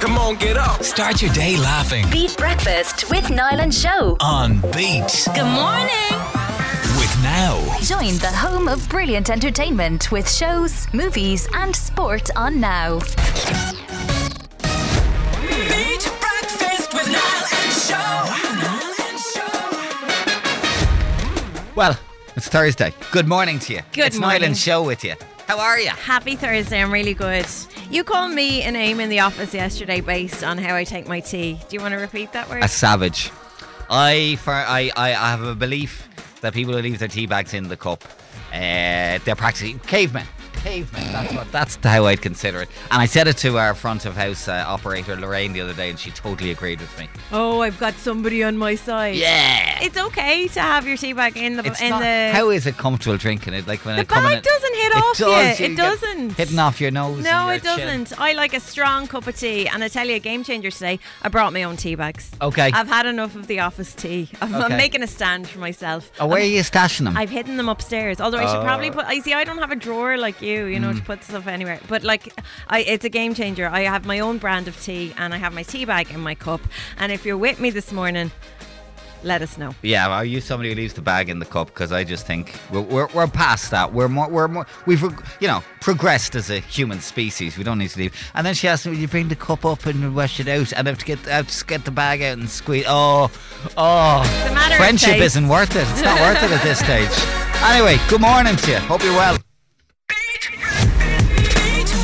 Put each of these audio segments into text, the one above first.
Come on, get up. Start your day laughing Beat Breakfast with Niall and Show. on Beat Good morning. with Now. Join the home of brilliant entertainment with shows, movies, and sport on Now. Beat breakfast with Niall and Show. Well, it's Thursday. Good morning to you. Good it's morning. Niall and Show with you. How are you? Happy Thursday. I'm really good. You called me a name in the office yesterday based on how I take my tea. Do you want to repeat that word? A savage. I for I, I, I have a belief that people who leave their tea bags in the cup, uh, they're practically cavemen. Cavemen. That's what. That's how I'd consider it. And I said it to our front of house uh, operator Lorraine the other day, and she totally agreed with me. oh, I've got somebody on my side. Yeah. It's okay to have your tea bag in the It's in not, the how is it comfortable drinking it? Like when The it come in bag it- doesn't hit it off you. does, It get doesn't. Hitting off your nose. and No, your it chin. doesn't. I like a strong cup of tea, and I tell you, a game changer today. I brought my own tea bags. Okay. I've had enough of the office tea. I'm, I'm Okay. making a stand for myself. Oh, where are you stashing them? I've hidden them upstairs. Although I should probably Ah. put. I see. I don't have a drawer like you. You know Mm. to put stuff anywhere. But like, I, it's a game changer. I have my own brand of tea, and I have my tea bag in my cup. And if you're with me this morning, let us know. Yeah, are you somebody who leaves the bag in the cup? Because I just think we're, we're, we're past that. We're more we're more we've you know progressed as a human species. We don't need to leave. And then she asked me, "Will you bring the cup up and wash it out?" And I have to get I have to get the bag out and squeeze. Oh, oh, It's a matter friendship of taste. isn't worth it. It's not worth it at this stage. Anyway, good morning to you. Hope you're well. Beat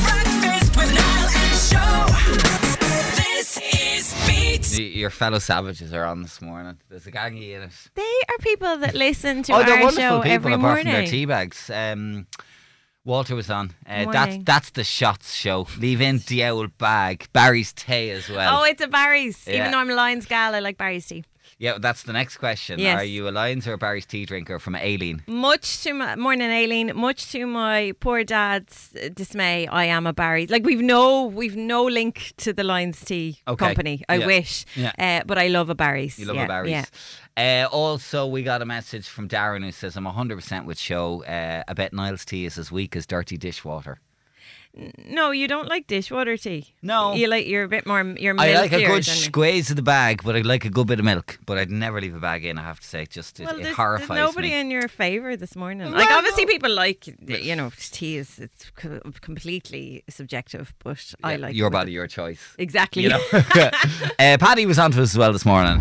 breakfast with Niall and Show. This is Beat. Y- Your fellow savages are on this morning. There's a gang of you in it. They are people that listen to oh, they're our wonderful show people every apart morning. from their tea bags. Um, Walter was on. Uh, that's Morning. that's the shots show. Leave in the old bag. Barry's tea as well. Oh, it's a Barry's. Yeah. Even though I'm a Lions gal, I like Barry's tea. yeah, that's the next question. Yes. Are you a Lions or a Barry's tea drinker from Aileen? Much to my morning, Aileen. Much to my poor dad's dismay, I am a Barry. Like we've no, we've no link to the Lions Tea Okay. Company. I Yeah. wish, Yeah. uh, but I love a Barry's. You love yeah. a Barry's. Yeah. Uh, also, we got a message from Darren who says, I'm 100% with show. Uh, I bet Niall's tea is as weak as dirty dishwater. No, you don't like dishwater tea. No. you like you're a bit more. You're I like a milkier good than me. squeeze of the bag, but I like a good bit of milk. But I'd never leave a bag in, I have to say. It just, it, Well, it there's, there's horrifies nobody me. in your favour this morning. Like, obviously, people like, you know, tea is it's co- completely subjective, but I Yeah, like your it with body, the- your choice. Exactly. You know, uh, Paddy was on to us as well this morning.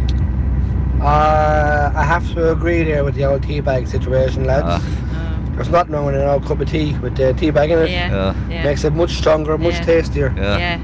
Uh, I have to agree there with the old teabag situation, lads. There's nothing wrong with an old cup of tea with the teabag in it. yeah. Uh, yeah. Makes it much stronger, much Yeah. tastier. Uh, yeah.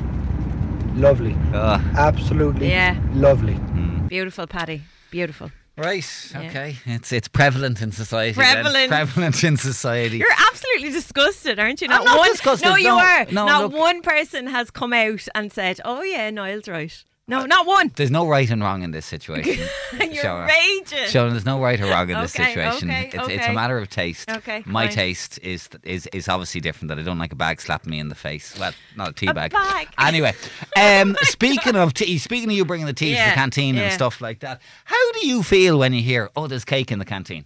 Lovely. uh. Absolutely Yeah. lovely. Beautiful, Patty. Beautiful. Right. Yeah. Okay. It's it's prevalent in society. then. Prevalent. Prevalent in society. You're absolutely disgusted, aren't you? I'm not one, disgusted, No, you no. are. No, not look- one person has come out and said, "Oh yeah, Niall's right." No, Uh, not one. There's no right and wrong in this situation. And you're Shauna. raging. Shauna, there's no right or wrong in this Okay, situation. okay, it's, it's a okay. matter of taste. Okay, My fine. taste is is is obviously different. That I don't like a bag slapping me in the face. Well, not a tea A bag. bag. Anyway, um, speaking of tea, speaking of you bringing the tea to Yeah, the canteen and yeah. stuff like that, how do you feel when you hear, "Oh, there's cake in the canteen"?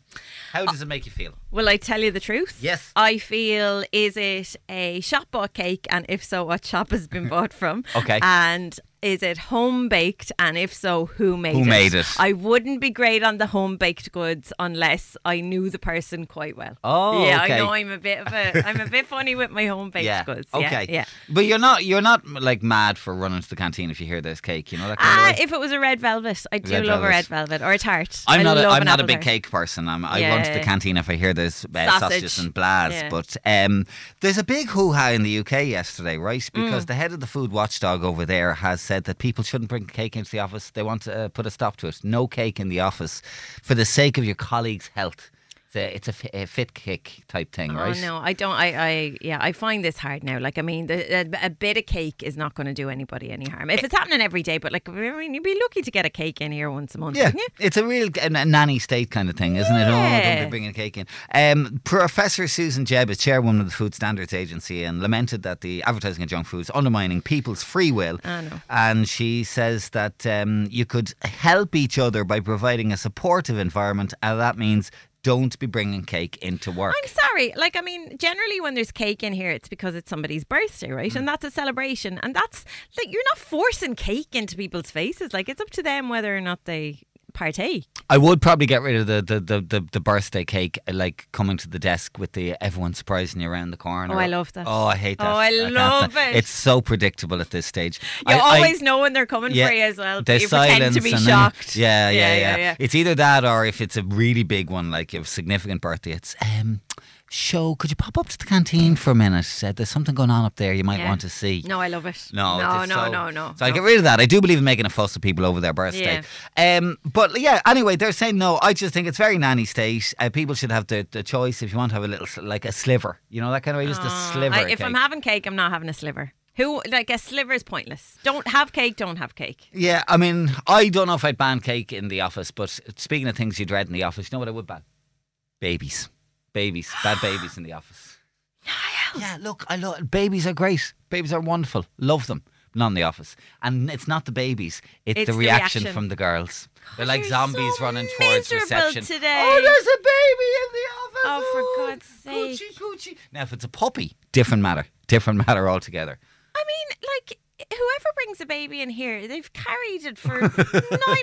How does it make you feel? Will I tell you the truth? Yes. I feel is it a shop bought cake, and if so, what shop has been bought from? Okay. And is it home baked, and if so, who made Who it? made it? I wouldn't be great on the home baked goods unless I knew the person quite well. Oh, yeah. okay. I know I'm a bit of a I'm a bit funny with my home baked goods. Okay. Yeah. yeah. But you're not you're not like mad for running to the canteen if you hear there's cake. You know that kind Ah, of way. if it was a red velvet, I do Red love velvet. a red velvet or a tart. I'm I not. A, love I'm an not a apple big tart. cake person. I'm, I Yeah, run to the yeah. canteen if I hear there's uh, sausages Sausage. and blahs. Yeah. But um, there's a big hoo ha in the UK yesterday, right? Mm. Because the head of the food watchdog over there has said that people shouldn't bring cake into the office. They want to uh, put a stop to it. No cake in the office for the sake of your colleagues' health. It's a, it's a, fi- a fit kick type thing, right? Oh no, I don't. I, I, yeah, I find this hard now. Like, I mean, the, a, a bit of cake is not going to do anybody any harm Eh. if it's happening every day. But like, I mean, you'd be lucky to get a cake in here once a month, Yeah, wouldn't you? it's a real a n- nanny state kind of thing, isn't it? Oh, don't Yeah. be bringing cake in. Um, Professor Susan Jebb is chairwoman of the Food Standards Agency and lamented that the advertising of junk foods undermining people's free will. I know. And she says that um, you could help each other by providing a supportive environment, and that means don't be bringing cake into work. I'm sorry. Like, I mean, generally when there's cake in here, it's because it's somebody's birthday, right? Mm. And that's a celebration. And that's like, you're not forcing cake into people's faces. Like, it's up to them whether or not they partake. I would probably get rid of the the, the, the the birthday cake, uh, like coming to the desk with the everyone surprising you around the corner. Oh, I love that. Oh, I hate that. Oh, I can't love stand- it. It's so predictable at this stage. You I- I- always know when they're coming for you as well. the But you pretend to silence be and then- shocked. yeah, yeah, yeah, It's either that or if it's a really big one, like a significant birthday, it's um, show. Could you pop up to the canteen for a minute? Uh, there's something going on up there you might Yeah. want to see. No, I love it. No, no, it's no, so- no, no. So I get rid of that. I do believe in making a fuss of people over their birthday. Um, but yeah, anyway, they're saying no. I just think it's very nanny state. Uh, people should have the, the choice if you want to have a little, sl- like a sliver, you know, that kind of way, just a sliver. Uh, I, of if I'm cake. having cake, I'm not having a sliver. Who like a sliver is pointless. Don't have cake. Don't have cake. yeah, I mean, I don't know if I'd ban cake in the office, but speaking of things you dread in the office, you know what I would ban? Babies. Babies. Bad babies in the office. Yeah, look, I love babies are great. Babies are wonderful. Love them. Not in the office. And it's not the babies, it's, It's the, the reaction reaction. from the girls. They're like You're zombies so running towards miserable reception. today. Oh, there's a baby in the office. Oh, for Ooh, God's sake. Coochie, coochie. Now, if it's a puppy, different matter. Different matter altogether. I mean, like whoever brings a baby in here, they've carried it for nine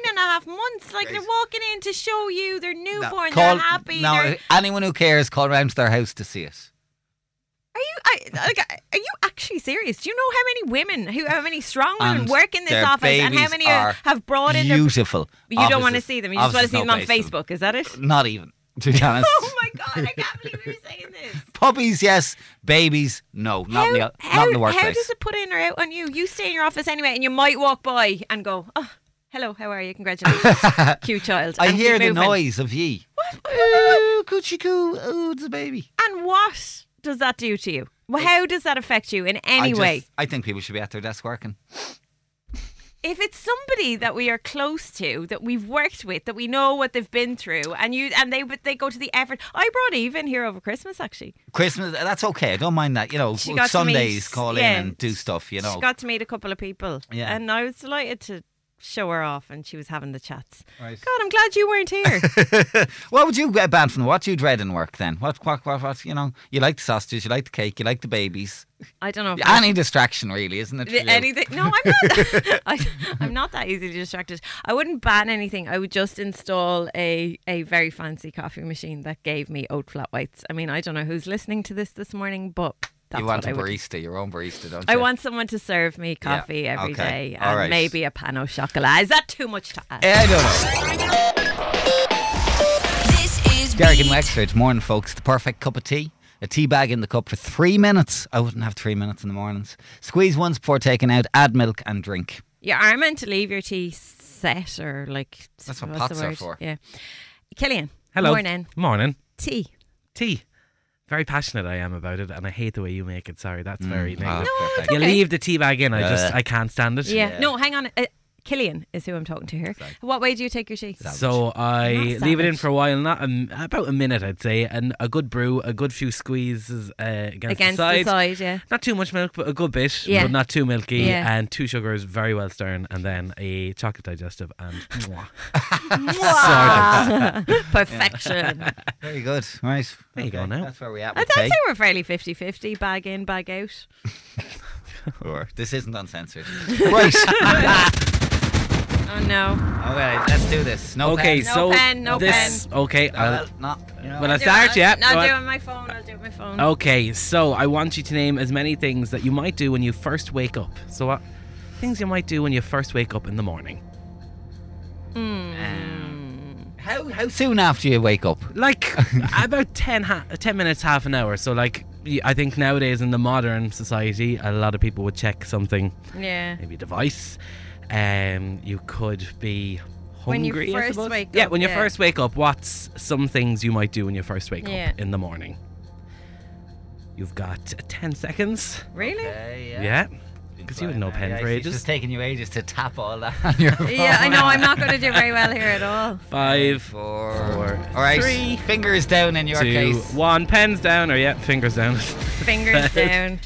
and a half months. Like they're walking in to show you they're No, newborn, call- they're happy. Now, they're, anyone who cares, call round to their house to see it. are you I, like, are you actually serious? Do you know how many women, who how many strong women And Hmm, work in this their office, and how babies many are have brought in their? beautiful. You don't want to offices. see them. You just want to Offices, see them no on place to Facebook. Is that it? Not even, to be honest. Oh my god! I can't believe we were saying this. Puppies, yes. Babies, no. Not, in, the, not in the workplace. How does it put in or out on you? You stay in your office anyway, and you might walk by and go, "Oh, hello, how are you? Congratulations, cute child." I and hear keep the moving. noise of ye. Ooh, coochie coo. Ooh, it's a baby. And what does that do to you? Well, how does that affect you in any I, way? just- I think people should be at their desk working. If it's somebody that we are close to, that we've worked with, that we know what they've been through, and you and they but they go to the effort. I brought Eve in here over Christmas actually. Christmas, that's okay. I don't mind that. You know, She got to Sundays meet- call yeah. in and do stuff, you know. She got to meet a couple of people. Yeah. And I was delighted to show her off and she was having the chats. Right. God, I'm glad you weren't here. what would you get banned from? What do you dread in work then? What, what, what, what, you know, you like the sausages, you like the cake, you like the babies. I don't know. If Any distraction, really, isn't it? for you? anything. No, I'm not. I, I'm not that easily distracted. I wouldn't ban anything. I would just install a a very fancy coffee machine that gave me oat flat whites. I mean, I don't know who's listening to this this morning, but that's You want what a I would. barista, your own barista, don't you? I want someone to serve me coffee every okay. day, All and right. Eh. maybe a pan au chocolat. Is that too much to ask? I don't know. This is Derek in Wexford, morning, folks. The perfect cup of tea. A tea bag in the cup for three minutes. I wouldn't have three minutes in the mornings. Squeeze once before taking out, add milk and drink. You are meant to leave your tea set or like That's what what's pots the are word? for. Yeah. Killian. Hello. Morning. Morning. Tea. Tea. Very passionate I am about it, and I hate the way you make it. Sorry, that's very Ah, negative. fair play. You Mm. okay. leave the tea bag in. I just Yeah. I can't stand it. Yeah. No, hang on. Uh, Killian is who I'm talking to here. What way do you take your tea? So I Not leave it in savage. for a while, not um, about a minute, I'd say, and a good brew, a good few squeezes uh, against, Against the, the side. side, yeah. Not too much milk, but a good bit, Yeah. but not too milky, Yeah. and two sugars, very well stirred, and then a chocolate digestive, and mwah. Wow. Perfection. Very good. Right. There you go now. That's where we at I with thought tea. they were fairly 50 50, bag in, bag out. Or- This isn't uncensored. right. Oh, no. Okay, let's do this. No okay, pens. No so pen, no this okay, I'll, Well, not, you know. well, I'll Do start. it. Yeah, I'll go on. do it on my phone. I'll do it on my phone. Okay, so I want you to name as many things that you might do when you first wake up. So, what things you might do when you first wake up in the morning? how, how soon after you wake up? Like about 10, ha- 10 minutes, half an hour. So, like, y- I think nowadays in the modern society, a lot of people would check something, Yeah. maybe a device. Um, you could be When you hungry. I first suppose. wake yeah, up, when you yeah. first wake up, what's some things you might do when you first wake Yeah. up in the morning? You've got 10 seconds. Really? Yeah. Because you had no pen for It's ages. just taking you ages to tap all that on your phone. Yeah, I know. I'm not going to do very well here at all. Five, Four. Four, all right. three, Fingers down in your two, case. one. Pens down, or yeah, fingers down. Fingers down.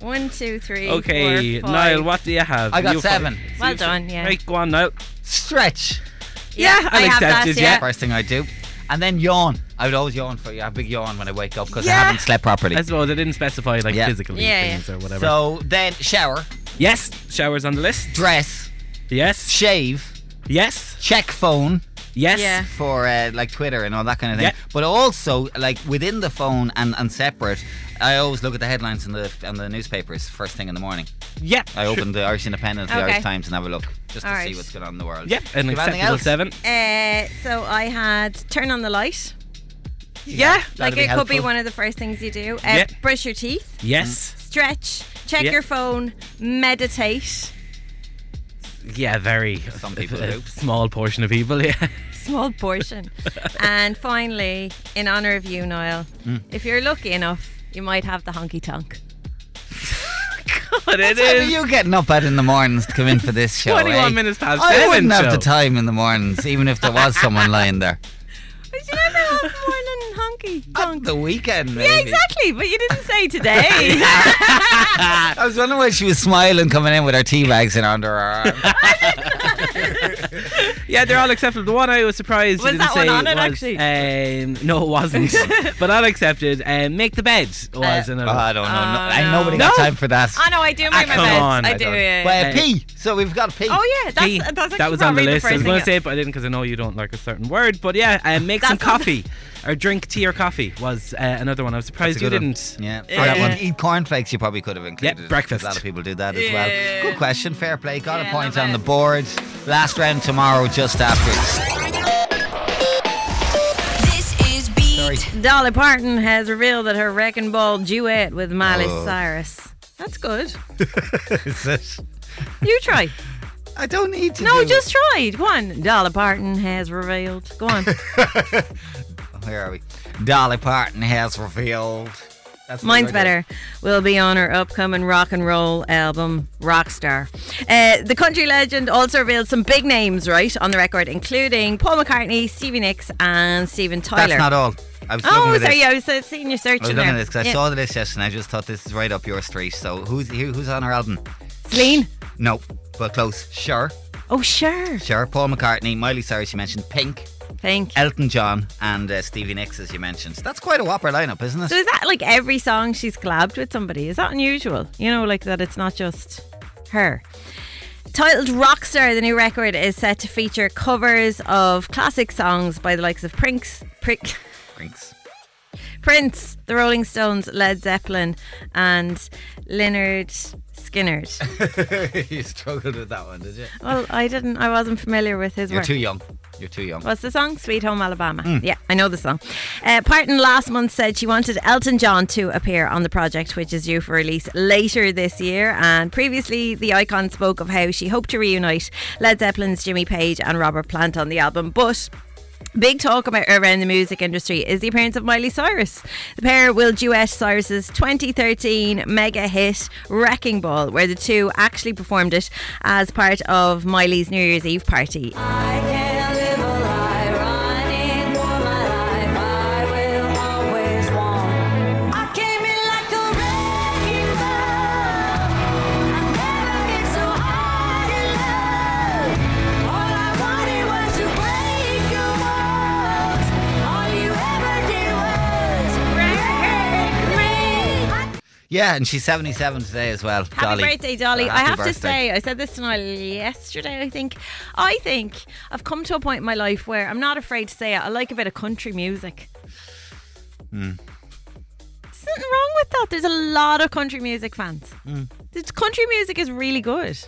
One, two, three. okay, four, five. Nile, what do you have? I got You seven. five. Well done, yeah. Right, go on, Nile. Stretch. Yeah, I'll I have accept that, it, yeah. yeah. First thing I do. and then yawn. I would always yawn for you. A big yawn when I wake up because I Yeah. haven't slept properly. I suppose they didn't specify like Yeah. physically Yeah, yeah. things or whatever. So then shower, yes, showers on the list. dress, Yes, shave, yes, check phone yes. Yeah. for uh, like Twitter and all that kind of thing. Yeah. But also like within the phone and, and separate, I always look at the headlines in the in the newspapers first thing in the morning. Yep. I open the Irish Independent, the Okay. Irish Times, and have a look just to All see right. what's going on in the world. Yep. An Do you have anything acceptable else? seven. Uh, so I had turn on the light. Yeah. That'd Like be it could be helpful. one of the first things you do. Uh, Yeah. Brush your teeth, Yes. stretch, check Yeah. your phone, meditate. Yeah. Very. Mm. Some people a do. Small portion of people. Yeah. Small portion. and finally, in honor of you, Niall, Mm. if you're lucky enough, you might have the honky tonk. But it What time is are you getting up at in the mornings to come in for this show? 21 eh? minutes past I seven, wouldn't have the Joe. time in the mornings, even if there was someone lying there. But you never have more than honky On tonk. the weekend, maybe. Yeah, exactly. But you didn't say today. I was wondering why she was smiling coming in with her tea bags in under her arm. Yeah, they're all acceptable. The one I was surprised Was you didn't that one say on it, was, actually? Um, no, it wasn't. but all accepted. Um, make the bed Uh, was another. Oh, I don't know. no, I, no. nobody got No. time for that. oh no, I do Ah, make my come bed. on. I I do. Well, Yeah. yeah. Uh, pee. So we've got pee. Oh yeah, that's, Tea. that's actually that was on the probably list. first I was going to thing. say it, but I didn't because I know you don't like a certain word. But yeah, um, make some That's on the- coffee or drink tea or coffee was uh, another one. I was surprised you Good one. didn't. Yeah. Yeah. Or eat, eat cornflakes, you probably could have included. it, 'cause breakfast. A lot of people do that as Yeah. well. Good question. Fair play. Got Yeah, a point not on the bad. board. Last round tomorrow, just after. This is Beat. Sorry. Dolly Parton has revealed that her Wrecking Ball duet with Miley Oh. Cyrus. That's good. Is it? You try. I don't need to. No, do just try. Go on. Dolly Parton has revealed. Go on. Where are we? Dolly Parton has revealed. That's what Mine's we're better. Will be on her upcoming rock and roll album, Rockstar. Uh, the country legend also revealed some big names, right, on the record, including Paul McCartney, Stevie Nicks, and Steven doing. Tyler. That's not all. I was looking oh, at this. sorry. I was uh, seeing you I was searching looking there. at this because I Yeah. saw the list yesterday and I just thought this is right up your street. So who's who, who's on her album? Celine. No, but close. Sure, Oh, sure. sure. Paul McCartney, Miley Cyrus, you mentioned, Pink, Thank you. Elton John, and uh, Stevie Nicks, as you mentioned. That's quite a whopper lineup, isn't it? So is that like every song she's collabed with somebody? Is that unusual? You know, like that it's not just her. Titled Rockstar, the new record is set to feature covers of classic songs by the likes of Prince, Prince, Thanks. Prince the Rolling Stones, Led Zeppelin, and Leonard Skinnerd. you struggled with that one, did you? well, I didn't. I wasn't familiar with his You're work. too young. You're too young. What's the song? Sweet Home Alabama. Yeah, I know the song. Uh, Parton last month said she wanted Elton John to appear on the project, which is due for release later this year. And previously, the icon spoke of how she hoped to reunite Led Zeppelin's Jimmy Page and Robert Plant on the album, but Big talk about around the music industry is the appearance of Miley Cyrus. The pair will duet Cyrus's 2013 mega hit Wrecking Ball, where the two actually performed it as part of Miley's New Year's Eve party. Yeah, and she's 77 today as well. Happy Dolly. birthday, Dolly. Well, I happy have to birthday. say, I said this to Niall yesterday, I think. I think I've come to a point in my life where I'm not afraid to say it. I like a bit of country music. Hmm. There's nothing wrong with that. There's a lot of country music fans. Hmm. This country music is really good.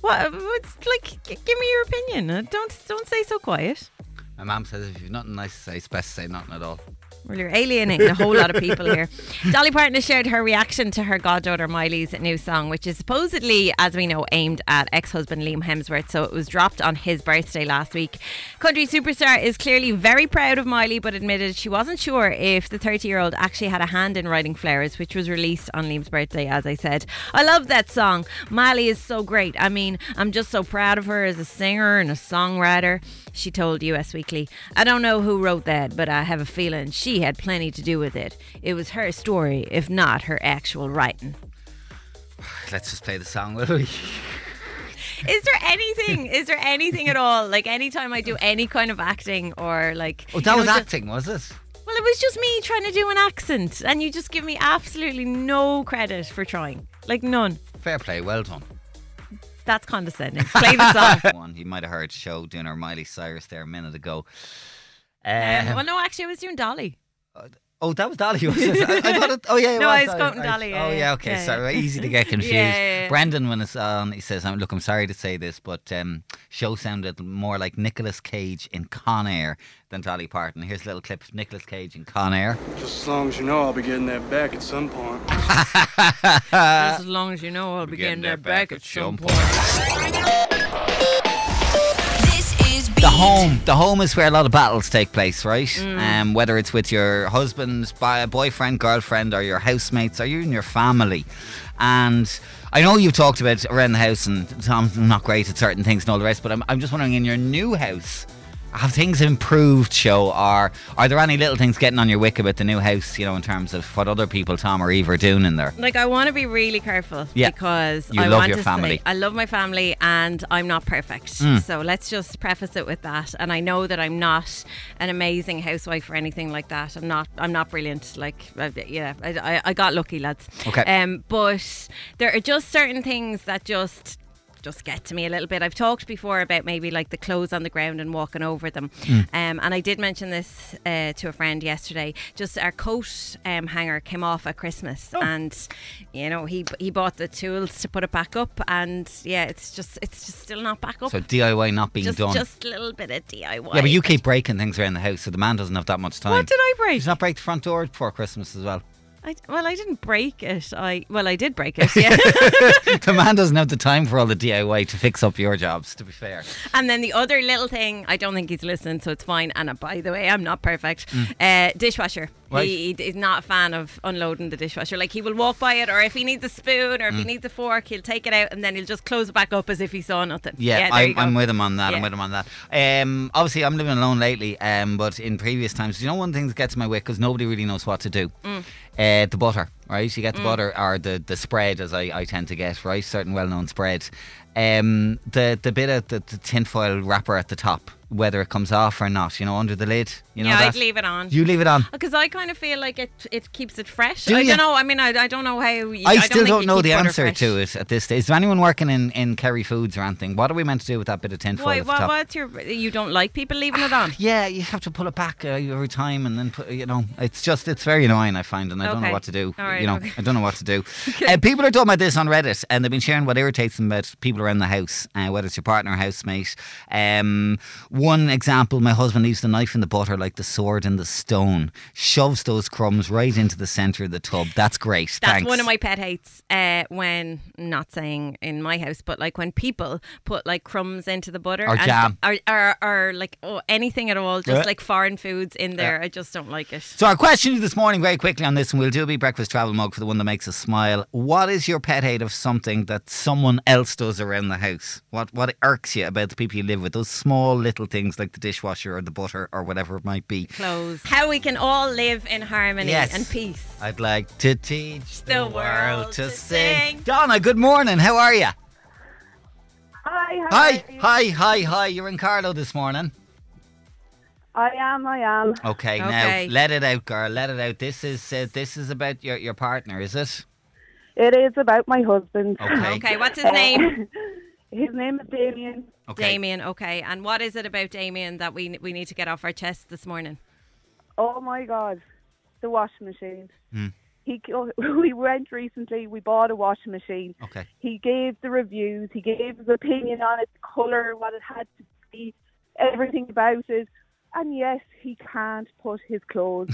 What? What's like? g- Give me your opinion. Uh, Don't don't say so quiet. My mum says if you've nothing nice to say, it's best to say nothing at all. Well, you're alienating a whole lot of people here. Dolly Parton has shared her reaction to her goddaughter Miley's new song, which is supposedly, as we know, aimed at ex husband Liam Hemsworth. So it was dropped on his birthday last week. Country superstar is clearly very proud of Miley, but admitted she wasn't sure if the 30 year old actually had a hand in writing Flowers, which was released on Liam's birthday, as I said. I love that song. Miley is so great. I mean, I'm just so proud of her as a singer and a songwriter. She told US Weekly, I don't know who wrote that, but I have a feeling she had plenty to do with it. It was her story, if not her actual writing. Let's just play the song, will we? Is there anything? Is there anything at all? Like anytime I do any kind of acting or like. Oh, that you was know, ju- acting, was it? well, it was just me trying to do an accent, and you just give me absolutely no credit for trying. Like none. Fair play, well done. That's condescending. Play the song. One, you might have heard show doing her Miley Cyrus there a minute ago. Um, Uh, well, no, actually, I was doing Dolly. oh, that was Dolly. Was it? I, I thought it, oh yeah, it No, was it's Goat and Dolly, yeah, oh yeah. yeah, okay. Yeah, sorry, yeah. easy to get confused. yeah, yeah. Brandon, when it's on, he says, "I'm look, I'm sorry to say this, but um, show sounded more like Nicolas Cage in Con Air than Dolly Parton." Here's a little clip of Nicolas Cage in Con Air. Just as long as you know I'll be getting that back at some point. Just as long as you know, I'll be getting that back at some point. This is Beat. The home, the home is where a lot of battles take place, right? Mm. Um, whether it's with your husband, bi- boyfriend, girlfriend, or your housemates, or even your family. And I know you've talked about around the house, and Tom's not great at certain things and all the rest. But I'm, I'm just wondering, in your new house, have things improved? Show, or are there any little things getting on your wick about the new house? You know, in terms of what other people, Tom or Eve, are doing in there. Like I want to be really careful Yeah. because You I love want your to family. Mm. say I love my family and I'm not perfect. So let's just preface it with that. And I know that I'm not an amazing housewife or anything like that. I'm not. I'm not brilliant. Like uh, yeah, I, I, I got lucky, lads. Okay. Um, but there are just certain things that just just get to me a little bit. I've talked before about maybe like the clothes on the ground and walking over them. Hmm. Um, and I did mention this uh, to a friend yesterday. Just our coat um, hanger came off at Christmas, Oh. and you know he he bought the tools to put it back up, and yeah, it's just it's just still not back up. So DIY not being just done. just a little bit of DIY. yeah, but you keep breaking things around the house, so the man doesn't have that much time. What did I break? Did you not break the front door before Christmas as well? I, well, I didn't break it. I well, I did break it. Yeah. the man doesn't have the time for all the DIY to fix up your jobs, to be fair. And then the other little thing, I don't think he's listening, so it's fine. And uh, by the way, I'm not perfect. Uh, dishwasher. Mm. Right. He, he is not a fan of unloading the dishwasher. Like he will walk by it, or if he needs a spoon, or if he Mm. needs a fork, he'll take it out and then he'll just close it back up as if he saw nothing. Yeah, there you I'm, go. I'm with him on that. I'm Yeah. with him on that. Um, obviously, I'm living alone lately, um, but in previous times, you know, one thing that gets in my way because nobody really knows what to do. Mm. Uh, the butter, right? You get the butter or the, the spread, as I, I tend to get, right? Certain well known spreads. Um, the the bit of the, the tinfoil wrapper at the top, whether it comes off or not, you know, under the lid. You know yeah, that? I'd leave it on. You leave it on. because I kind of feel like it it keeps it fresh. Do I ya? don't know. I mean, I, I don't know how. You, I, don't still think don't, you know keep the butter answer fresh. to it at this stage. Is there anyone working in, in Kerry Foods or anything? What are we meant to do with that bit of tinfoil? Why, at the what, top? what's your? You don't like people leaving it on? Yeah, you have to pull it back uh, every time, and then put, you know, it's just it's very annoying. I find, and I don't know Okay. what to do. All right, you know, okay. I don't know what to do. Uh, people are talking about this on Reddit, and they've been sharing what irritates them about people around the house, uh, whether it's your partner, or housemate. Um, one example: my husband leaves the knife in the butter like the sword in the stone, shoves those crumbs right into the center of the tub. That's great. That's Thanks. one of my pet hates. Uh, when not saying in my house, but like when people put like crumbs into the butter Or jam. or, or, or like oh, anything at all, just Yeah. like foreign foods in there. I just don't like it. So our question to you this morning, very quickly on this, and we'll do a big breakfast travel mug for the one that makes us smile. What is your pet hate of something that someone else does around the house? What what irks you about the people you live with? Those small little things like the dishwasher or the butter or whatever it might be. Clothes. How we can all live in harmony Yes. and peace. I'd like to teach the, The world to sing. Donna, good morning. How are you? Hi, how Hi, are you? hi, hi, hi. You're in Carlo this morning. I am, I am. Okay, Okay. now let it out, girl. Let it out. This is uh, this is about your, your partner, is it? It is about my husband. Okay. Okay, what's his name? His name is Damien. Damien. Okay, and what is it about Damien that we we need to get off our chest this morning? Oh my God, the washing machine. He co- we went recently. We bought a washing machine. Okay. He gave the reviews. He gave his opinion on its color, what it had to be, everything about it. And yes, he can't put his clothes.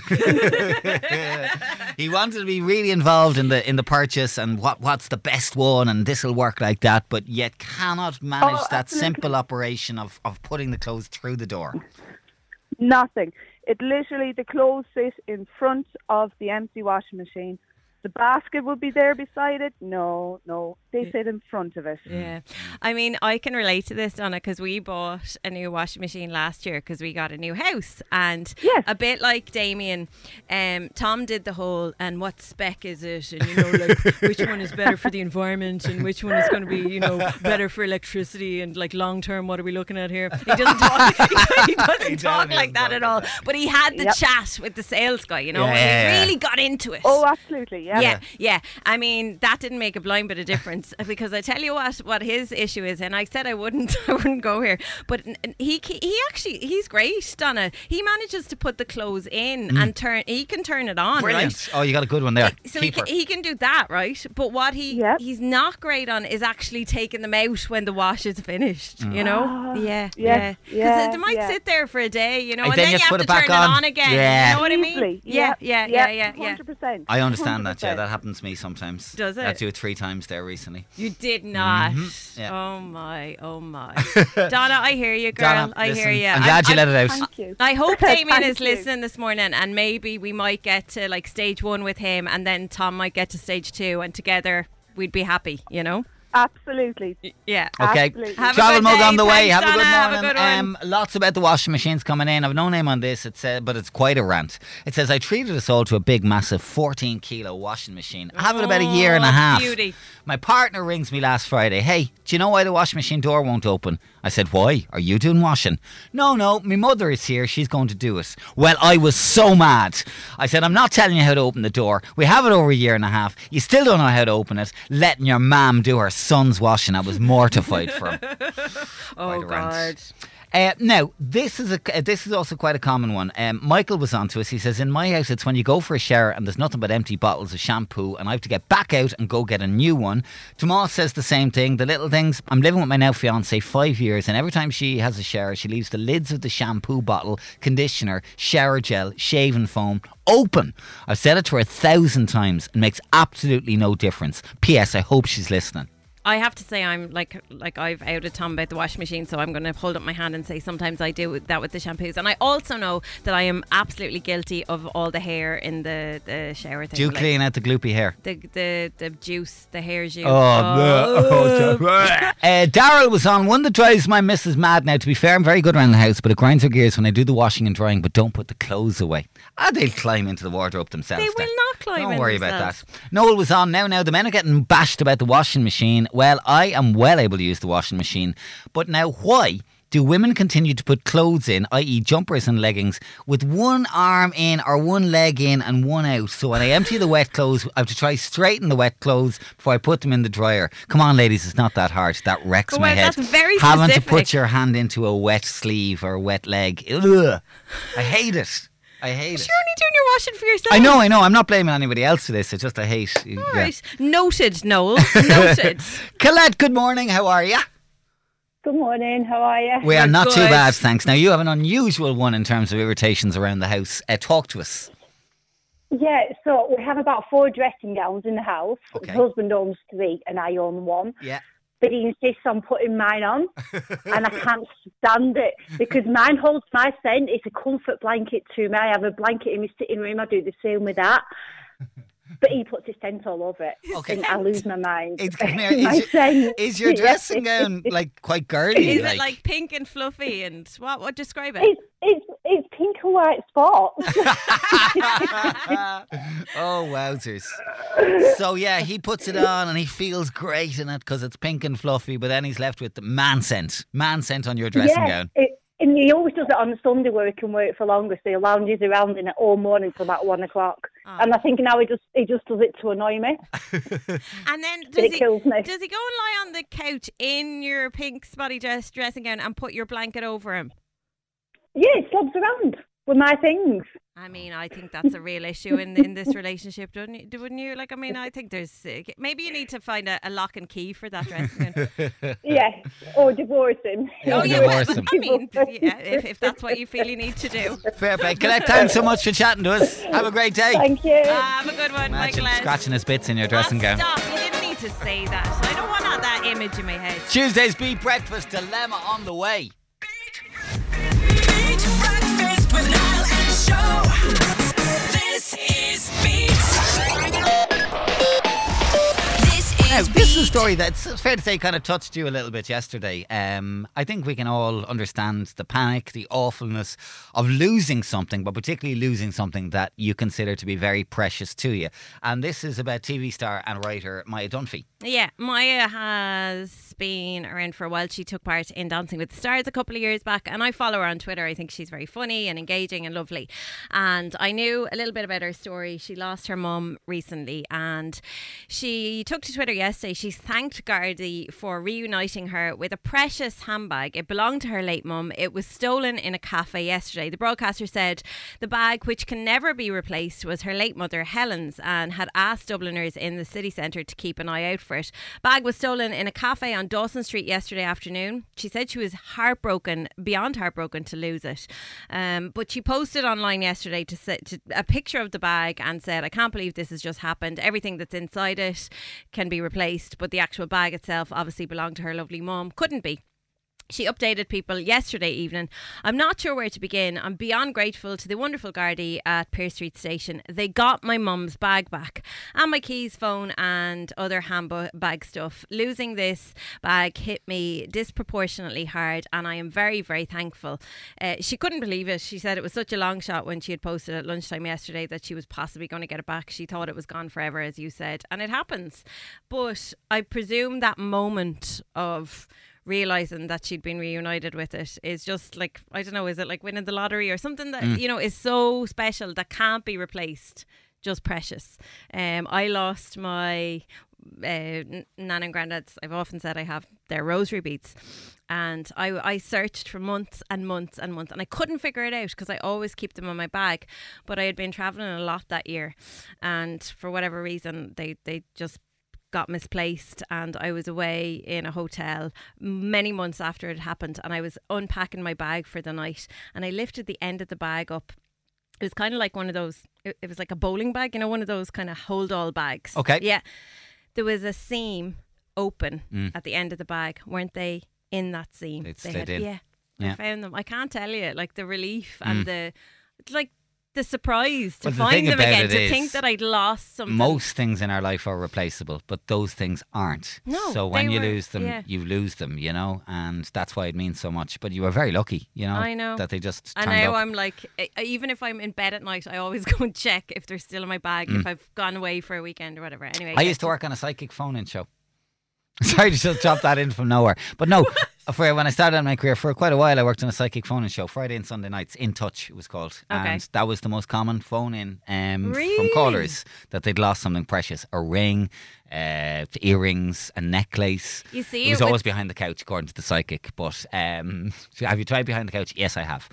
he wanted to be really involved in the in the purchase and what what's the best one and this'll work like that, but yet cannot manage Oh, that absolutely. simple operation of, of putting the clothes through the door. Nothing. It literally the clothes sit in front of the empty washing machine. The basket would be there beside it. No, no, they sit in front of it. Yeah. I mean, I can relate to this, Donna, because we bought a new washing machine last year because we got a new house. And Yes. a bit like Damien, um, Tom did the whole, and what spec is it? And, you know, like which one is better for the environment and which one is going to be, you know, better for electricity and like long term, what are we looking at here? He doesn't talk, he doesn't talk like that at all. But he had the Yep. chat with the sales guy, you know, Yeah, and yeah, yeah. he really got into it. Oh, absolutely. Yeah. Yeah, yeah. I mean, that didn't make a blind bit of difference because I tell you what, what his issue is, and I said I wouldn't, I wouldn't go here, but n- n- he ke- he actually he's great, Donna. He manages to put the clothes in and turn. He can turn it on, right? Mm. Brilliant. Oh, you got a good one there. So he Keeper. can, he can do that, right? But what he Yep. he's not great on is actually taking them out when the wash is finished. Mm. You know? yeah, yeah. yes, Ah, Because yeah, they might yeah. sit there for a day, you know, And and, then then, you you have put to it back turn on. it on again. Yeah. You know what I mean? Easily. Yeah, yeah, yeah, yeah, yeah. Hundred percent. I understand that, yeah. That happens to me sometimes. Does I it? do it three times there recently. You did not. Mm-hmm. Yeah. Oh my, oh my. Donna, I hear you, girl. Donna, I hear listen, you. I'm glad you let it out. Thank you. I hope Damien Thank is you. listening this morning, and maybe we might get to like stage one with him, and then Tom might get to stage two, and together we'd be happy, you know? Absolutely. Yeah. Okay. Absolutely. Have a Travel good mug day. on the way. Thanks, have a good Donna. Have a morning. good one. Um, lots about the washing machines coming in. I've no name on this. It's uh, but it's quite a rant. It says I treated us all to a big, massive 14 kilo washing machine. I have it about a year and a Oh, half. beauty. My partner rings me last Friday. Hey, do you know why the washing machine door won't open? I said, Why? Are you doing washing? No, no. My mother is here. She's going to do it. Well, I was so mad. I said, I'm not telling you how to open the door. We have it over a year and a half. You still don't know how to open it. Letting your mom do her son's washing. I was mortified for him. Oh, quite a rant. God. Uh, now, this is a uh, this is also quite a common one. Um, Michael was on to us. He says, "In my house, it's when you go for a shower and there's nothing but empty bottles of shampoo, and I have to get back out and go get a new one." Tamal says the same thing. The little things. I'm living with my now fiance five years, and every time she has a shower, she leaves the lids of the shampoo bottle, conditioner, shower gel, shaving foam open. I've said it to her a thousand times. It makes absolutely no difference. P.S. I hope she's listening. I have to say I'm like like I've outed Tom about the washing machine, so I'm going to hold up my hand and say sometimes I do that with the shampoos, and I also know that I am absolutely guilty of all the hair in the the shower thing. Do like clean out the gloopy hair. the the the juice, the hair juice. Oh. Oh, no. uh, Daryl was on one that drives my missus mad now. To be fair, I'm very good around the house, but it grinds her gears when I do the washing and drying, but don't put the clothes away. Ah, they'll climb into the wardrobe themselves. They then. will not climb Don't in worry themselves. about that. Noel was on now. Now, the men are getting bashed about the washing machine. Well, I am well able to use the washing machine, but now why? Do women continue to put clothes in, i.e., jumpers and leggings, with one arm in or one leg in and one out? So when I empty the wet clothes, I have to try straighten the wet clothes before I put them in the dryer. Come on, ladies, it's not that hard. That wrecks my Well, head. that's very Having to put specific. your hand into a wet sleeve or a wet leg. Ugh. I hate it. I hate it. You're only doing your washing for yourself. I know, I know. I'm not blaming anybody else for this. It's just I hate. yeah. All right. Noted, Noel. Noted. Colette, good morning. How are you? Good morning. How are you? We are not too good. bad, thanks. Now you have an unusual one in terms of irritations around the house. Uh, talk to us. Yeah, so we have about four dressing gowns in the house. Okay. Husband owns three and I own one. Yeah. But he insists on putting mine on and I can't stand it because mine holds my scent. It's a comfort blanket to me. I have a blanket in my sitting room. I do the same with that. But he puts his scent all over it. Okay. And I lose my mind. It's, come here, my is, your, scent. is your Yeah. dressing gown like quite girly? Is it like pink and fluffy and what? What describe it? It's, it's, it's pink and white spots. oh wowzers! So yeah, he puts it on and he feels great in it because it's pink and fluffy. But then he's left with the man scent, man scent on your dressing gown. It, and he always does it on a Sunday where he can work for longer, so he lounges around in it all morning till about one o'clock. Ah. And I think now he just he just does it to annoy me. Uh, And then does it he kills me. does he go and lie on the couch in your pink spotty dress dressing gown and put your blanket over him? Yeah, he slobs around with my things. Oh. I mean, I think that's a real issue in in this relationship, don't you? Wouldn't you? Like, I mean, I think there's uh, maybe you need to find a, a lock and key for that dressing room. Yeah, or divorce him. Oh, yeah, well, Awesome. I mean, yeah, if, if that's what you feel you need to do. Fair play, Colette. Thanks so much for chatting to us. Have a great day. Thank you. Have a good one, Imagine Michael. scratching his bits in your dressing gown. Ah, Stop! You didn't need to say that. I don't want that image in my head. Tuesday's Beat Breakfast Dilemma on the way. Beat breakfast with Niall and Show. This is Beat. Now, Beat, this is a beat. story that's it's fair to say kind of touched you a little bit yesterday. Um, I think we can all understand the panic, the awfulness of losing something, but particularly losing something that you consider to be very precious to you. And this is about TV star and writer Maya Dunphy. Yeah, Maya has been around for a while. She took part in Dancing with the Stars a couple of years back, and I follow her on Twitter. I think she's very funny and engaging and lovely. And I knew a little bit about her story. She lost her mum recently, and she took to Twitter yesterday. She thanked Gardaí for reuniting her with a precious handbag. It belonged to her late mum. It was stolen in a cafe yesterday. The broadcaster said the bag, which can never be replaced, was her late mother Helen's and had asked Dubliners in the city centre to keep an eye out for it. Bag was stolen in a cafe on Dawson Street yesterday afternoon. She said she was heartbroken, beyond heartbroken, to lose it. Um, but she posted online yesterday to, say, to a picture of the bag and said, "I can't believe this has just happened. Everything that's inside it can be replaced, but the actual bag itself obviously belonged to her lovely mum. Couldn't be." She updated people yesterday evening. I'm not sure where to begin. I'm beyond grateful to the wonderful Gardaí at Pier Street Station. They got my mum's bag back and my keys, phone, and other handbag stuff. Losing this bag hit me disproportionately hard, and I am very, very thankful. Uh, she couldn't believe it. She said it was such a long shot when she had posted at lunchtime yesterday that she was possibly going to get it back. She thought it was gone forever, as you said, and it happens. But I presume that moment of realizing that she'd been reunited with it is just like I don't know, is it like winning the lottery or something that you know is so special that can't be replaced? Just precious. Um, I lost my uh, n- nan and granddads. I've often said I have their rosary beads, and I I searched for months and months and months, and I couldn't figure it out because I always keep them in my bag. But I had been traveling a lot that year, and for whatever reason, they they just got misplaced and I was away in a hotel many months after it happened and I was unpacking my bag for the night and I lifted the end of the bag up it was kind of like one of those it it was like a bowling bag you know one of those kind of hold all bags Okay. yeah there was a seam open at the end of the bag weren't they in that seam They'd they Mm. slid in. yeah, Yeah. Mm. I found them I can't tell you like the relief and the it's like the surprise to Well, the thing find them about again it to is think that I'd lost something Most things in our life are replaceable, but those things aren't. No, so when they you were- lose them, yeah. you lose them, you know, and that's why it means so much. But you were very lucky, you know, I know. that they just And turned now up. I'm like, I- I- even if I'm in bed at night, I always go and check if they're still in my bag, if I've gone away for a weekend or whatever. Anyway, Mm. I used to work on a psychic phone in show. Sorry to just drop that in from nowhere. But no, for when I started out my career, for quite a while, I worked on a psychic phone in show, Friday and Sunday nights, In Touch, it was called. And Okay. that was the most common phone in um, from Really? callers that they'd lost something precious a ring, uh, earrings, a necklace. You see, it was it always was- behind the couch, according to the psychic. But um, have you tried behind the couch? Yes, I have.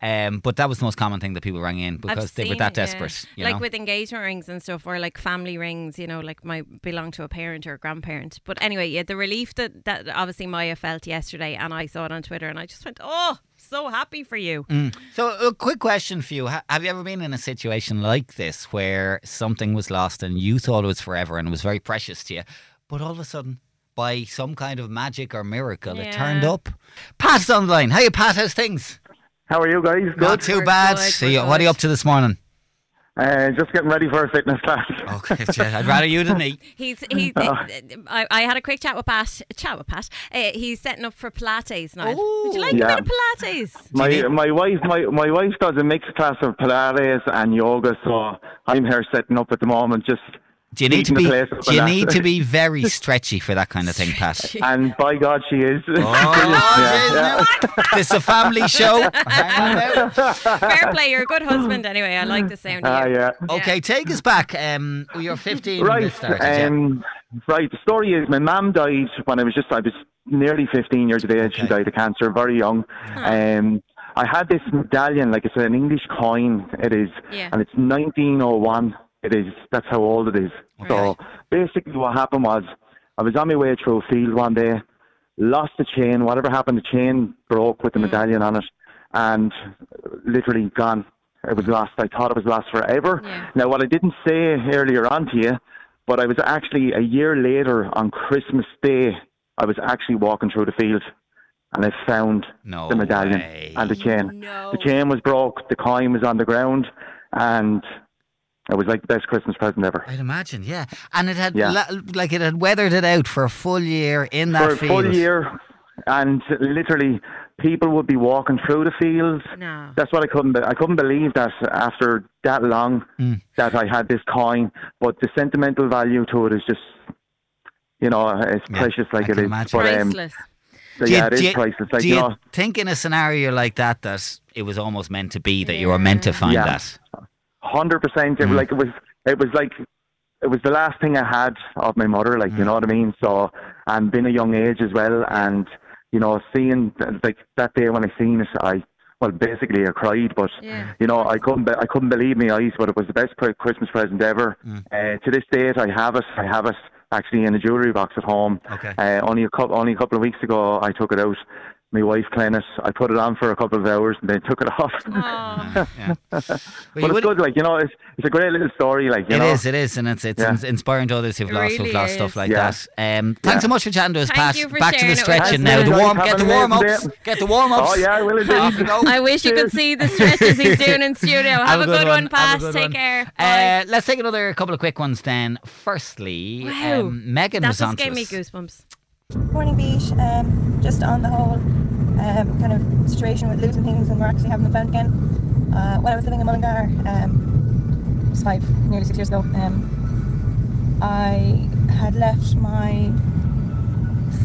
Um, but that was the most common thing that people rang in I've because they were seen that it, yeah. desperate. you Like know? with engagement rings and stuff, or like family rings, you know, like might belong to a parent or a grandparent. But anyway, yeah, the relief that, that obviously Maya felt yesterday, and I saw it on Twitter, and I just went, oh, so happy for you. Mm. Hmm. So, a quick question for you. Ha- Have you ever been in a situation like this where something was lost and you thought it was forever and it was very precious to you, but all of a sudden, by some kind of magic or miracle, it turned Yeah. up? Pat's on the line. Hey, Pat, how's things? How are you guys? Good. Not too We're bad. good, So we're you- what are you good. up to this morning? Uh, just getting ready for a fitness class. Okay, uh, I'd rather you than me. He's he. Oh. I, I had a quick chat with Pat. Chat with Pat. Uh, he's setting up for Pilates now. Would you like Yeah. a bit of Pilates? My my wife my, my wife does a mixed class of Pilates and yoga, so I'm here setting up at the moment. Just Do you need to Beating be? the place up Do you with that. need to be very stretchy for that kind of thing, Pat? and by God, she is. Oh, jeez, no. This is a family show. Hang on now. Fair play. You're a good husband anyway. I like the sound. Ah, of you. yeah. Okay, take us back. Um, you're 15 when this Right. started, yeah. um, Right. The story is my mum died when I was just I was nearly 15 years of age. She Okay. Ah. died of cancer, very young. Um, I had this medallion, like it's an English coin. It is, Yeah. and it's 1901. It is. That's how old it is. So basically, what happened was I was on my way through a field one day, lost the chain. Whatever happened, the chain broke Hmm. with the medallion on it, and literally gone. It Hmm. was lost. I thought it was lost forever. Yeah. Now, what I didn't say earlier on to you, but I was actually a year later on Christmas Day, I was actually walking through the field and I found No the medallion way. and the chain. No. The chain was broke, the coin was on the ground, and It was like the best Christmas present ever. I'd imagine, yeah. And it had Yeah. la- like it had weathered it out for a full year in that for a field. full year, and literally people would be walking through the fields. No. That's what I couldn't. Be- I couldn't believe that after that long Hmm. that I had this coin. But the sentimental value to it is just, you know, it's Yeah, precious like I it can is. imagine. But, um, Priceless. so Do you- yeah, it do is you- priceless. Like do you you know, think in a scenario like that that it was almost meant to be that you were meant to find Yeah. that? hundred percent. It was like it was. It was like it was the last thing I had of my mother. Like you know what I mean. So and being a young age as well, and you know seeing like that day when I seen it, I well basically I cried, but Yeah. you know I couldn't be- I couldn't believe my eyes. But it was the best pre- Christmas present ever. Uh, to this date, I have it. I have it actually in a jewelry box at home. Okay. Uh, only a couple only a couple of weeks ago, I took it out. My wife playing it. I put it on for a couple of hours and then took it off. Oh, Yeah. Well, you But it's wouldn't- good, like you know, it's it's a great little story, like you It know. is, it is, and it's it's Yeah. ins- inspiring to others who've It lost really who've lost is. stuff like Yeah. that. Um, thanks so much for chatting to us, Thank Pat. you for Back to sharing the it with stretching us. now. The Thanks, warm, guys. get the Have warm an amazing ups. day. Get the warm ups. Oh yeah, I will Off you indeed. go. I wish you could see the stretches he's doing in studio. Have, Have a, good one, Have Pat. a good Take one. care. Bye. Uh, let's take another couple of quick ones then. Firstly, Wow. um, Megan that was on just to gave me us. goosebumps. Morning, Beat. Um, just on the whole um, kind of situation with losing things and we're actually having them found again. Uh, when I was living in Mullingar, um, it was five, nearly six years ago, um, I had left my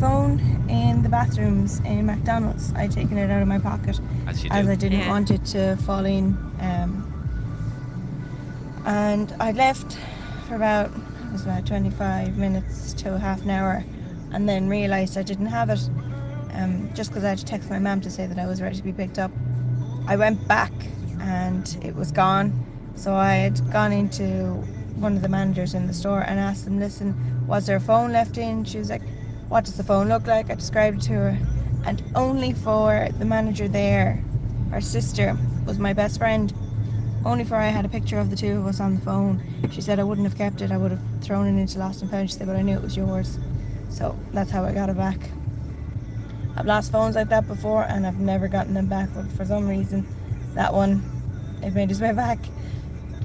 phone in the bathrooms in McDonald's. I'd taken it out of my pocket As you as I do. didn't Yeah. want it to fall in. Um, and I left for about it was about 25 minutes to half an hour, and then realised I didn't have it. Um, just because I had to text my mum to say that I was ready to be picked up, I went back and it was gone. So I had gone into one of the managers in the store and asked them, "Listen, was there a phone left in?" She was like, "What does the phone look like?" I described it to her, and only for the manager there, her sister was my best friend. Only for I had a picture of the two of us on the phone. She said I wouldn't have kept it. I would have thrown it into lost and found. She said, but I knew it was yours. So that's how I got it back. I've lost phones like that before, and I've never gotten them back. But for some reason, that one, it made its way back.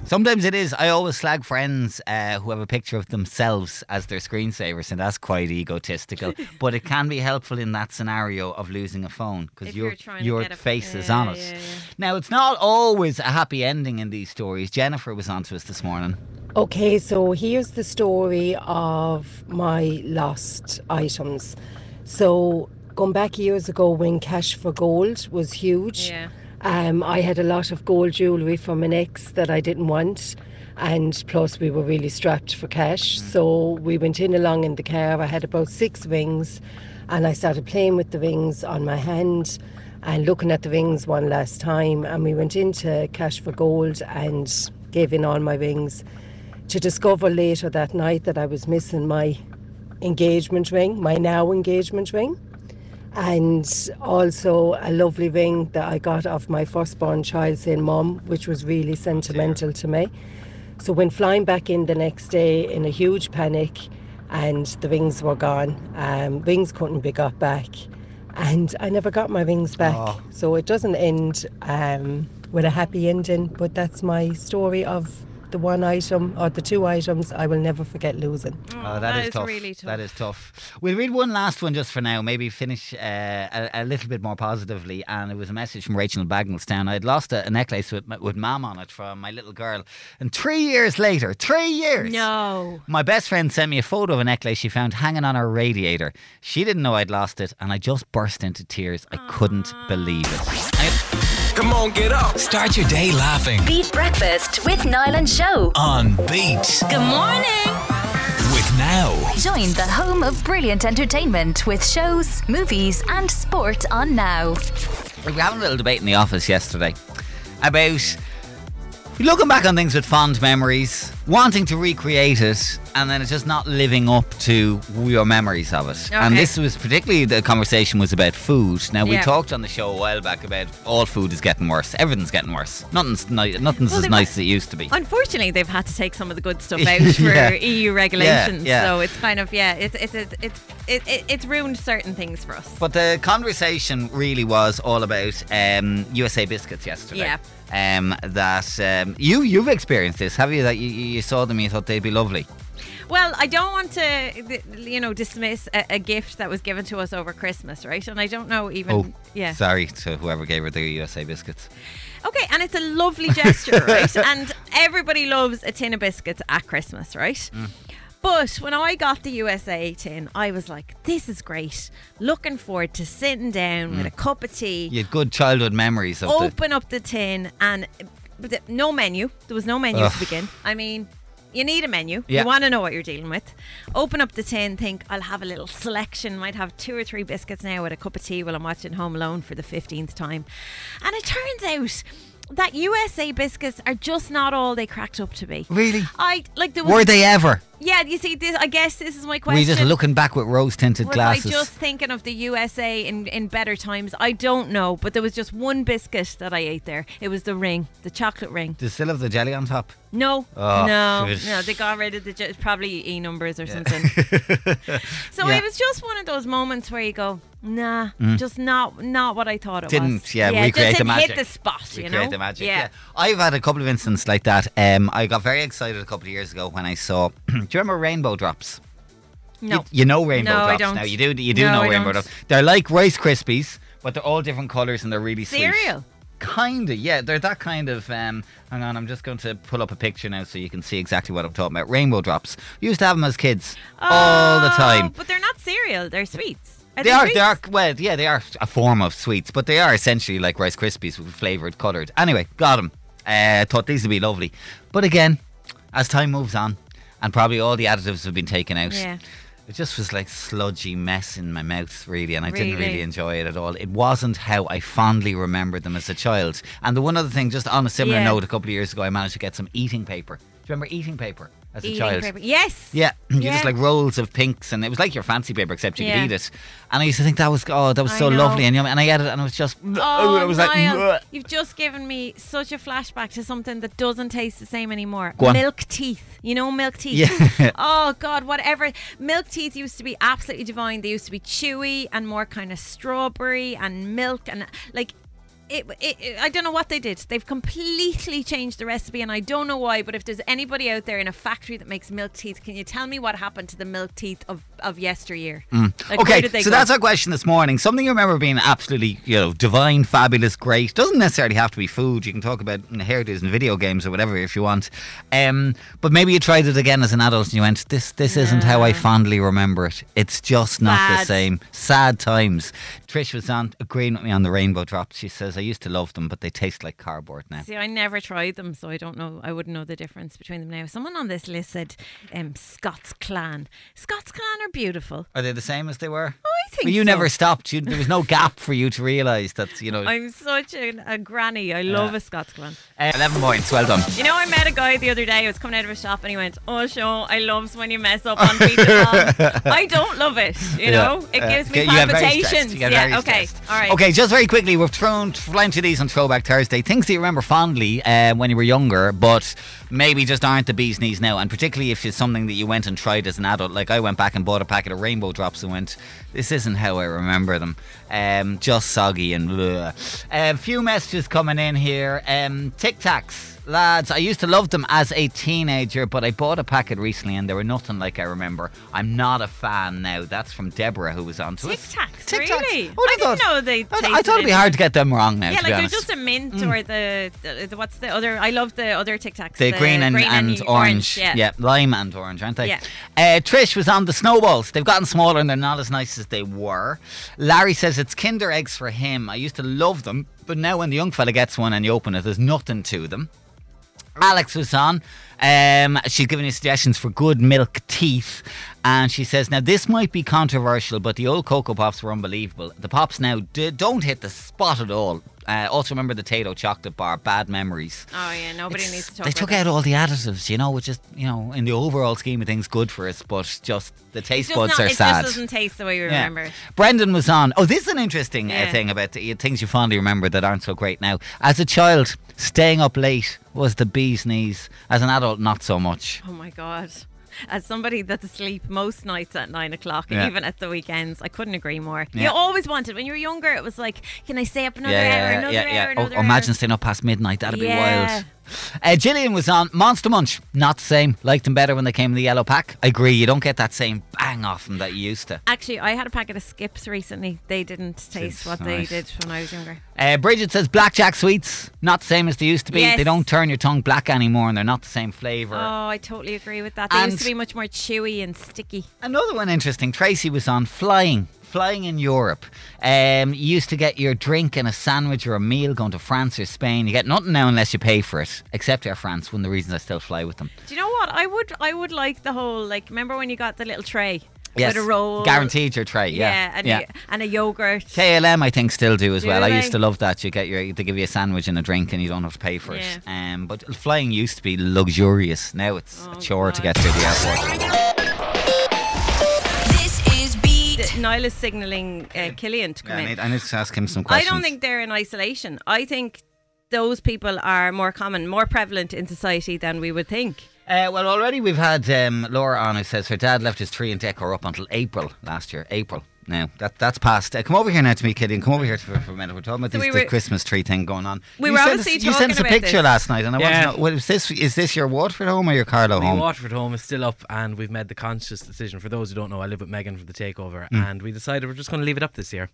Sometimes it is. I always slag friends uh, who have a picture of themselves as their screensavers, and that's quite egotistical. but it can be helpful in that scenario of losing a phone because If your you're trying to your get a- face is yeah, on it. yeah, yeah. Now it's not always a happy ending in these stories. Jennifer was on to us this morning. Okay, so here's the story of my lost items. So, going back years ago when cash for gold was huge, Yeah. um, I had a lot of gold jewellery from an ex that I didn't want. And plus, we were really strapped for cash. So, we went in along in the car. I had about six rings, and I started playing with the rings on my hand and looking at the rings one last time. And we went into cash for gold and gave in all my rings to discover later that night that I was missing my engagement ring, my now engagement ring, and also a lovely ring that I got off my firstborn child saying mum, which was really sentimental to me. So when flying back in the next day in a huge panic and the rings were gone, um, rings couldn't be got back and I never got my rings back. So it doesn't end um, with a happy ending, but that's my story of the one item or the two items I will never forget losing. Oh, Mm. that is, is tough. really tough. That is tough. We'll read one last one just for now, maybe finish uh, a, a little bit more positively. And it was a message from Rachel in Bagnallstown. I'd lost a, a necklace with, m- with mum on it from my little girl. And three years later, three years. No. My best friend sent me a photo of a necklace she found hanging on her radiator. She didn't know I'd lost it, and I just burst into tears. I couldn't believe it. Come on, get up. Start your day laughing Beat Breakfast with Niall and Show. on Beat Good morning. with Now. Join the home of brilliant entertainment with shows, movies, and sport on now. We were having a little debate in the office yesterday about looking back on things with fond memories. wanting to recreate it and then it's just not living up to your memories of it. And Okay. this was particularly the conversation was about food. Now we Yeah. talked on the show a while back about all food is getting worse. Everything's getting worse. Nothing's ni- nothing's Well, as they've- nice as it used to be. Unfortunately, they've had to take some of the good stuff out for Yeah. EU regulations. Yeah, yeah. So it's kind of yeah, it's it's it's it's it, it, it's ruined certain things for us. But the conversation really was all about um, USA biscuits yesterday. Yeah. Um, that um, you you've experienced this, have you? That you, you you saw them, and you thought they'd be lovely. Well, I don't want to, th- you know, dismiss a, a gift that was given to us over Christmas, right? And I don't know even. oh, yeah. Sorry to whoever gave her the USA biscuits. Okay, and it's a lovely gesture, right? And everybody loves a tin of biscuits at Christmas, right? But when I got the USA tin, I was like, this is great. Looking forward to sitting down with Mm. a cup of tea, You had good childhood memories of the. open up the tin, and but the- no menu. There was no menu Ugh. to begin. I mean, you need a menu. Yeah. You want to know what you're dealing with. Open up the tin, think, I'll have a little selection. Might have two or three biscuits now with a cup of tea while I'm watching Home Alone for the 15th time. And it turns out that USA biscuits are just not all they cracked up to be. Really? I like there was, Were they ever? Yeah, you see this I guess this is my We're question. just looking back with rose tinted Was glasses. I just thinking of the USA in, in better times? I don't know, but there was just one biscuit that I ate there. It was the ring, the chocolate ring. Do you still have the jelly on top? No, Oh, no, it was- no. They got rid of the ju- probably E numbers or something. so Yeah. it was just one of those moments where you go, nah, Mm. just not not what I thought it was. Didn't, yeah, it recreate just the didn't magic. Hit the spot, you Recreate know. the magic, Yeah. yeah. I've had a couple of instances like that. Um, I got very excited a couple of years ago when I saw. do you remember Rainbow Drops? No. You, you know Rainbow No, I Drops don't. now. You do. You do No, know I Rainbow don't. Drops. They're like Rice Krispies, but they're all different colours and they're really sweet. Cereal. Kinda, yeah. They're that kind of. Um, hang on, I'm just going to pull up a picture now so you can see exactly what I'm talking about. Rainbow Drops. We used to have them as kids all the time. Oh, But they're not cereal. They're sweets. Are They are, they sweets? are, well, yeah, they are a form of sweets, but they are essentially like Rice Krispies with flavoured, coloured. Anyway, got them. Uh, thought these would be lovely. But again, as time moves on, and probably all the additives have been taken out, Yeah. it just was like sludgy mess in my mouth, really, and I didn't Really? really enjoy it at all. It wasn't how I fondly remembered them as a child. And the one other thing, just on a similar Yeah. note, a couple of years ago, I managed to get some eating paper. Do you remember eating paper as Eating a child? paper. Yes. Yeah, you Yeah. just like rolls of pinks, and it was like your fancy paper, except you Yeah. could eat it. And I used to think that was oh, that was I so know. lovely and yummy. And I ate it, and it was just Oh, I was Niall, like, "Ugh." you've just given me such a flashback to something that doesn't taste the same anymore. Go on. Milk teeth. You know, milk teeth. Yeah. oh, God, whatever. Milk teeth used to be absolutely divine. They used to be chewy and more kind of strawberry and milk and like. It, it, it- I don't know what they did. They've completely changed the recipe, and I don't know why. But if there's anybody out there in a factory that makes milk teeth, can you tell me what happened to the milk teeth of, of yesteryear? Mm. Like, where okay, did they so go? that's our question this morning. Something you remember being absolutely, you know, divine, fabulous, great. Doesn't necessarily have to be food. You can talk about you know, hairdos and video games or whatever if you want. Um, but maybe you tried it again as an adult and you went, "This, this isn't how I fondly remember it. It's just not the Sad. same." Sad times. Trish was on agreeing with me on the rainbow drops. She says, "I used to love them, but they taste like cardboard now." See, I never tried them, so I don't know. I wouldn't know the difference between them now. Someone on this list said um, Scots Clan. Scots Clan are beautiful. Oh, Are they the same as they were? I think Well, you so. never stopped. You, there was no gap for you to realise that you know. I'm such an, a granny. I love a Scots Clan. Uh, Eleven points. Well done. You know, I met a guy the other day who was coming out of a shop and he went, Oh, Sean, I loves when you mess up on pizza. Pong." I don't love it, you Yeah, know? It yeah. gives me You get very stressed, palpitations. you get very Yeah, okay. stressed. All right. Okay, just very quickly, we've thrown flying through these on Throwback Thursday. Things that you remember fondly uh, when you were younger, but maybe just aren't the bee's knees now. And particularly if it's something that you went and tried as an adult. Like I went back and bought a packet of Rainbow Drops and went, this isn't how I remember them. Um, just soggy and bleh. A few messages coming in here. Um, Tic Tacs. Lads, I used to love them as a teenager, but I bought a packet recently and they were nothing like I remember. I'm not a fan now. That's from Deborah, who was on to us. Tic-tacs, Tic Tacs. really? What I are didn't those? know they I, I thought it'd be hard to get them wrong now. yeah, to like be they're honest. just a mint Mm. or the, the, the- what's the other? I love the other Tic Tacs. the, green and, and orange. yeah. lime and orange, aren't they? Yeah. Uh, Trish was on the snowballs. They've gotten smaller and they're not as nice as they were. Larry says it's Kinder eggs for him. I used to love them, but now when the young fella gets one and you open it, there's nothing to them. Alex was on. Um, she's giving you suggestions for good milk teeth. And she says, now this might be controversial, but the old Cocoa Pops were unbelievable. The Pops now d- don't hit the spot at all. Uh, also, remember the Tato chocolate bar, bad memories. Oh yeah, nobody needs to talk. They about took out that. all the additives, you know, which is, you know, in the overall scheme of things, good for us, but just the taste It's just buds not- are it sad. just doesn't taste the way we Yeah. remember. it. Brendan was on. Oh, this is an interesting uh, Yeah. thing about the, things you fondly remember that aren't so great now. As a child, staying up late was the bee's knees. As an adult, not so much. Oh my god. As somebody that's asleep most nights at nine o'clock, Yeah. even at the weekends, I couldn't agree more. You Yeah. always wanted when you were younger. It was like, can I stay up another hour, another hour, Oh, another hour? imagine staying up past midnight. That'd be Yeah. wild. Uh, Gillian was on Monster Munch. Not the same. Liked them better when they came in the yellow pack. I agree. You don't get that same bang off them that you used to. Actually, I had a packet of skips recently. They didn't taste what they nice. did when I was younger. Uh, Bridget says blackjack sweets not the same as they used to be. Yes. They don't turn your tongue black anymore, and they're not the same flavour. Oh, I totally agree with that. They And- used to be much more chewy and sticky. Another one interesting. Tracy was on flying. Flying in Europe, um, you used to get your drink and a sandwich or a meal going to France or Spain. You get nothing now unless you pay for it, except Air France. One of the reasons I still fly with them. Do you know what? I would, I would like the whole like. Remember when you got the little tray Yes, with a roll, guaranteed your tray. Yeah, and, A, and a yogurt. KLM, I think, still do as Do well. I they? used to love that. You get your, they give you a sandwich and a drink, and you don't have to pay for it. Um, but flying used to be luxurious. Now it's Oh, a chore to get to the airport. This is beat. Niall is signalling uh, Killian to come Yeah, I, in. need, I need to ask him some I questions. don't think they're in isolation. I think those people are more common, more prevalent in society than we would think. Uh, well, already we've had um, Laura on who says her dad left his three and decker up until April last year. April. Now that that's past. Uh, come over here now to me, Killian. Come over here for, for a minute. We're talking about So this, we the were- Christmas tree thing going on. We you were sent obviously us, You sent talking us a about picture this. last night, and I Yeah. want to know: what is this? Is this your Waterford home or your Carlow My home? Waterford home is still up, and we've made the conscious decision. For those who don't know, I live with Megan for the takeover, Mm. and we decided we're just going to leave it up this year.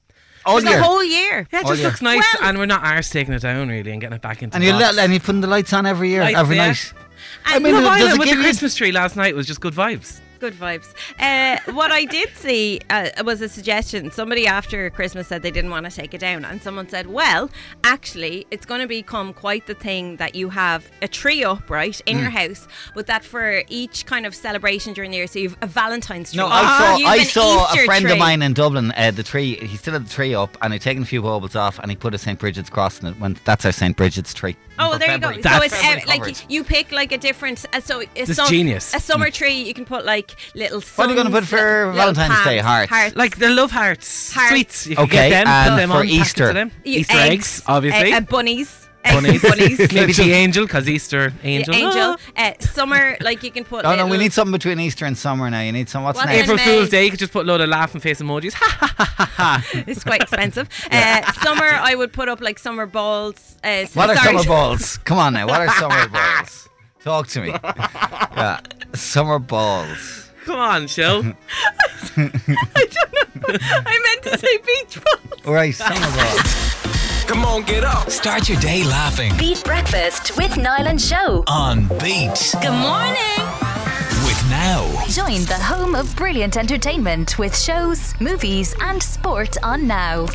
All Just year. the whole year. Yeah, it All Oh, just year. looks nice, and we're not arse taking it down really and getting it back into. and you're the box. li- and you're putting the lights on every year, Lights, every yeah. night. I mean, mean, Love does it Island with give the you- Christmas tree last night was just good vibes. Good vibes. Uh, what I did see uh, was a suggestion. Somebody after Christmas said they didn't want to take it down, and someone said, "Well, actually, it's going to become quite the thing that you have a tree up right in your Mm. house, but that for each kind of celebration during the year, so you've a Valentine's tree. No, I you saw have I an saw Ah, Easter a friend tree. of mine in Dublin. Uh, the tree he still had the tree up, and he'd taken a few baubles off, and he put a St Bridget's cross in it. When that's our St Bridget's tree. Oh, well, For there February. you go. So That's it's February ev- like covered. you, you pick like a different. Uh, so a This genius. A summer tree. You can put like little. Suns, What are you gonna put for little Valentine's Day? palms, Hearts. Like the love hearts, Hearts. sweets. You Okay, can get them, and put them for on, packets Easter. of them. You- Easter eggs, obviously. Uh, uh, bunnies. eggs and bunnies, bunnies. maybe the angel, because Easter angel. Ah, Angel. Uh, summer. Like you can put. Oh no, we little- need something between Easter and summer now. You need some. What's Well, next? then April May. Fool's Day, you could just put a load of laughing face emojis. Ha ha ha ha. It's quite expensive. uh, summer, I would put up like summer balls. Uh, s- What are sorry. summer balls? Come on now. What are summer balls? Talk to me. Yeah, summer balls. Come on, show. I meant to say beach balls. Right, summer balls. Come on, get up. Start your day laughing. Beat Breakfast with Niall and Show. On Beat. Good morning. With Now. Join the home of brilliant entertainment with shows, movies, and sport on now.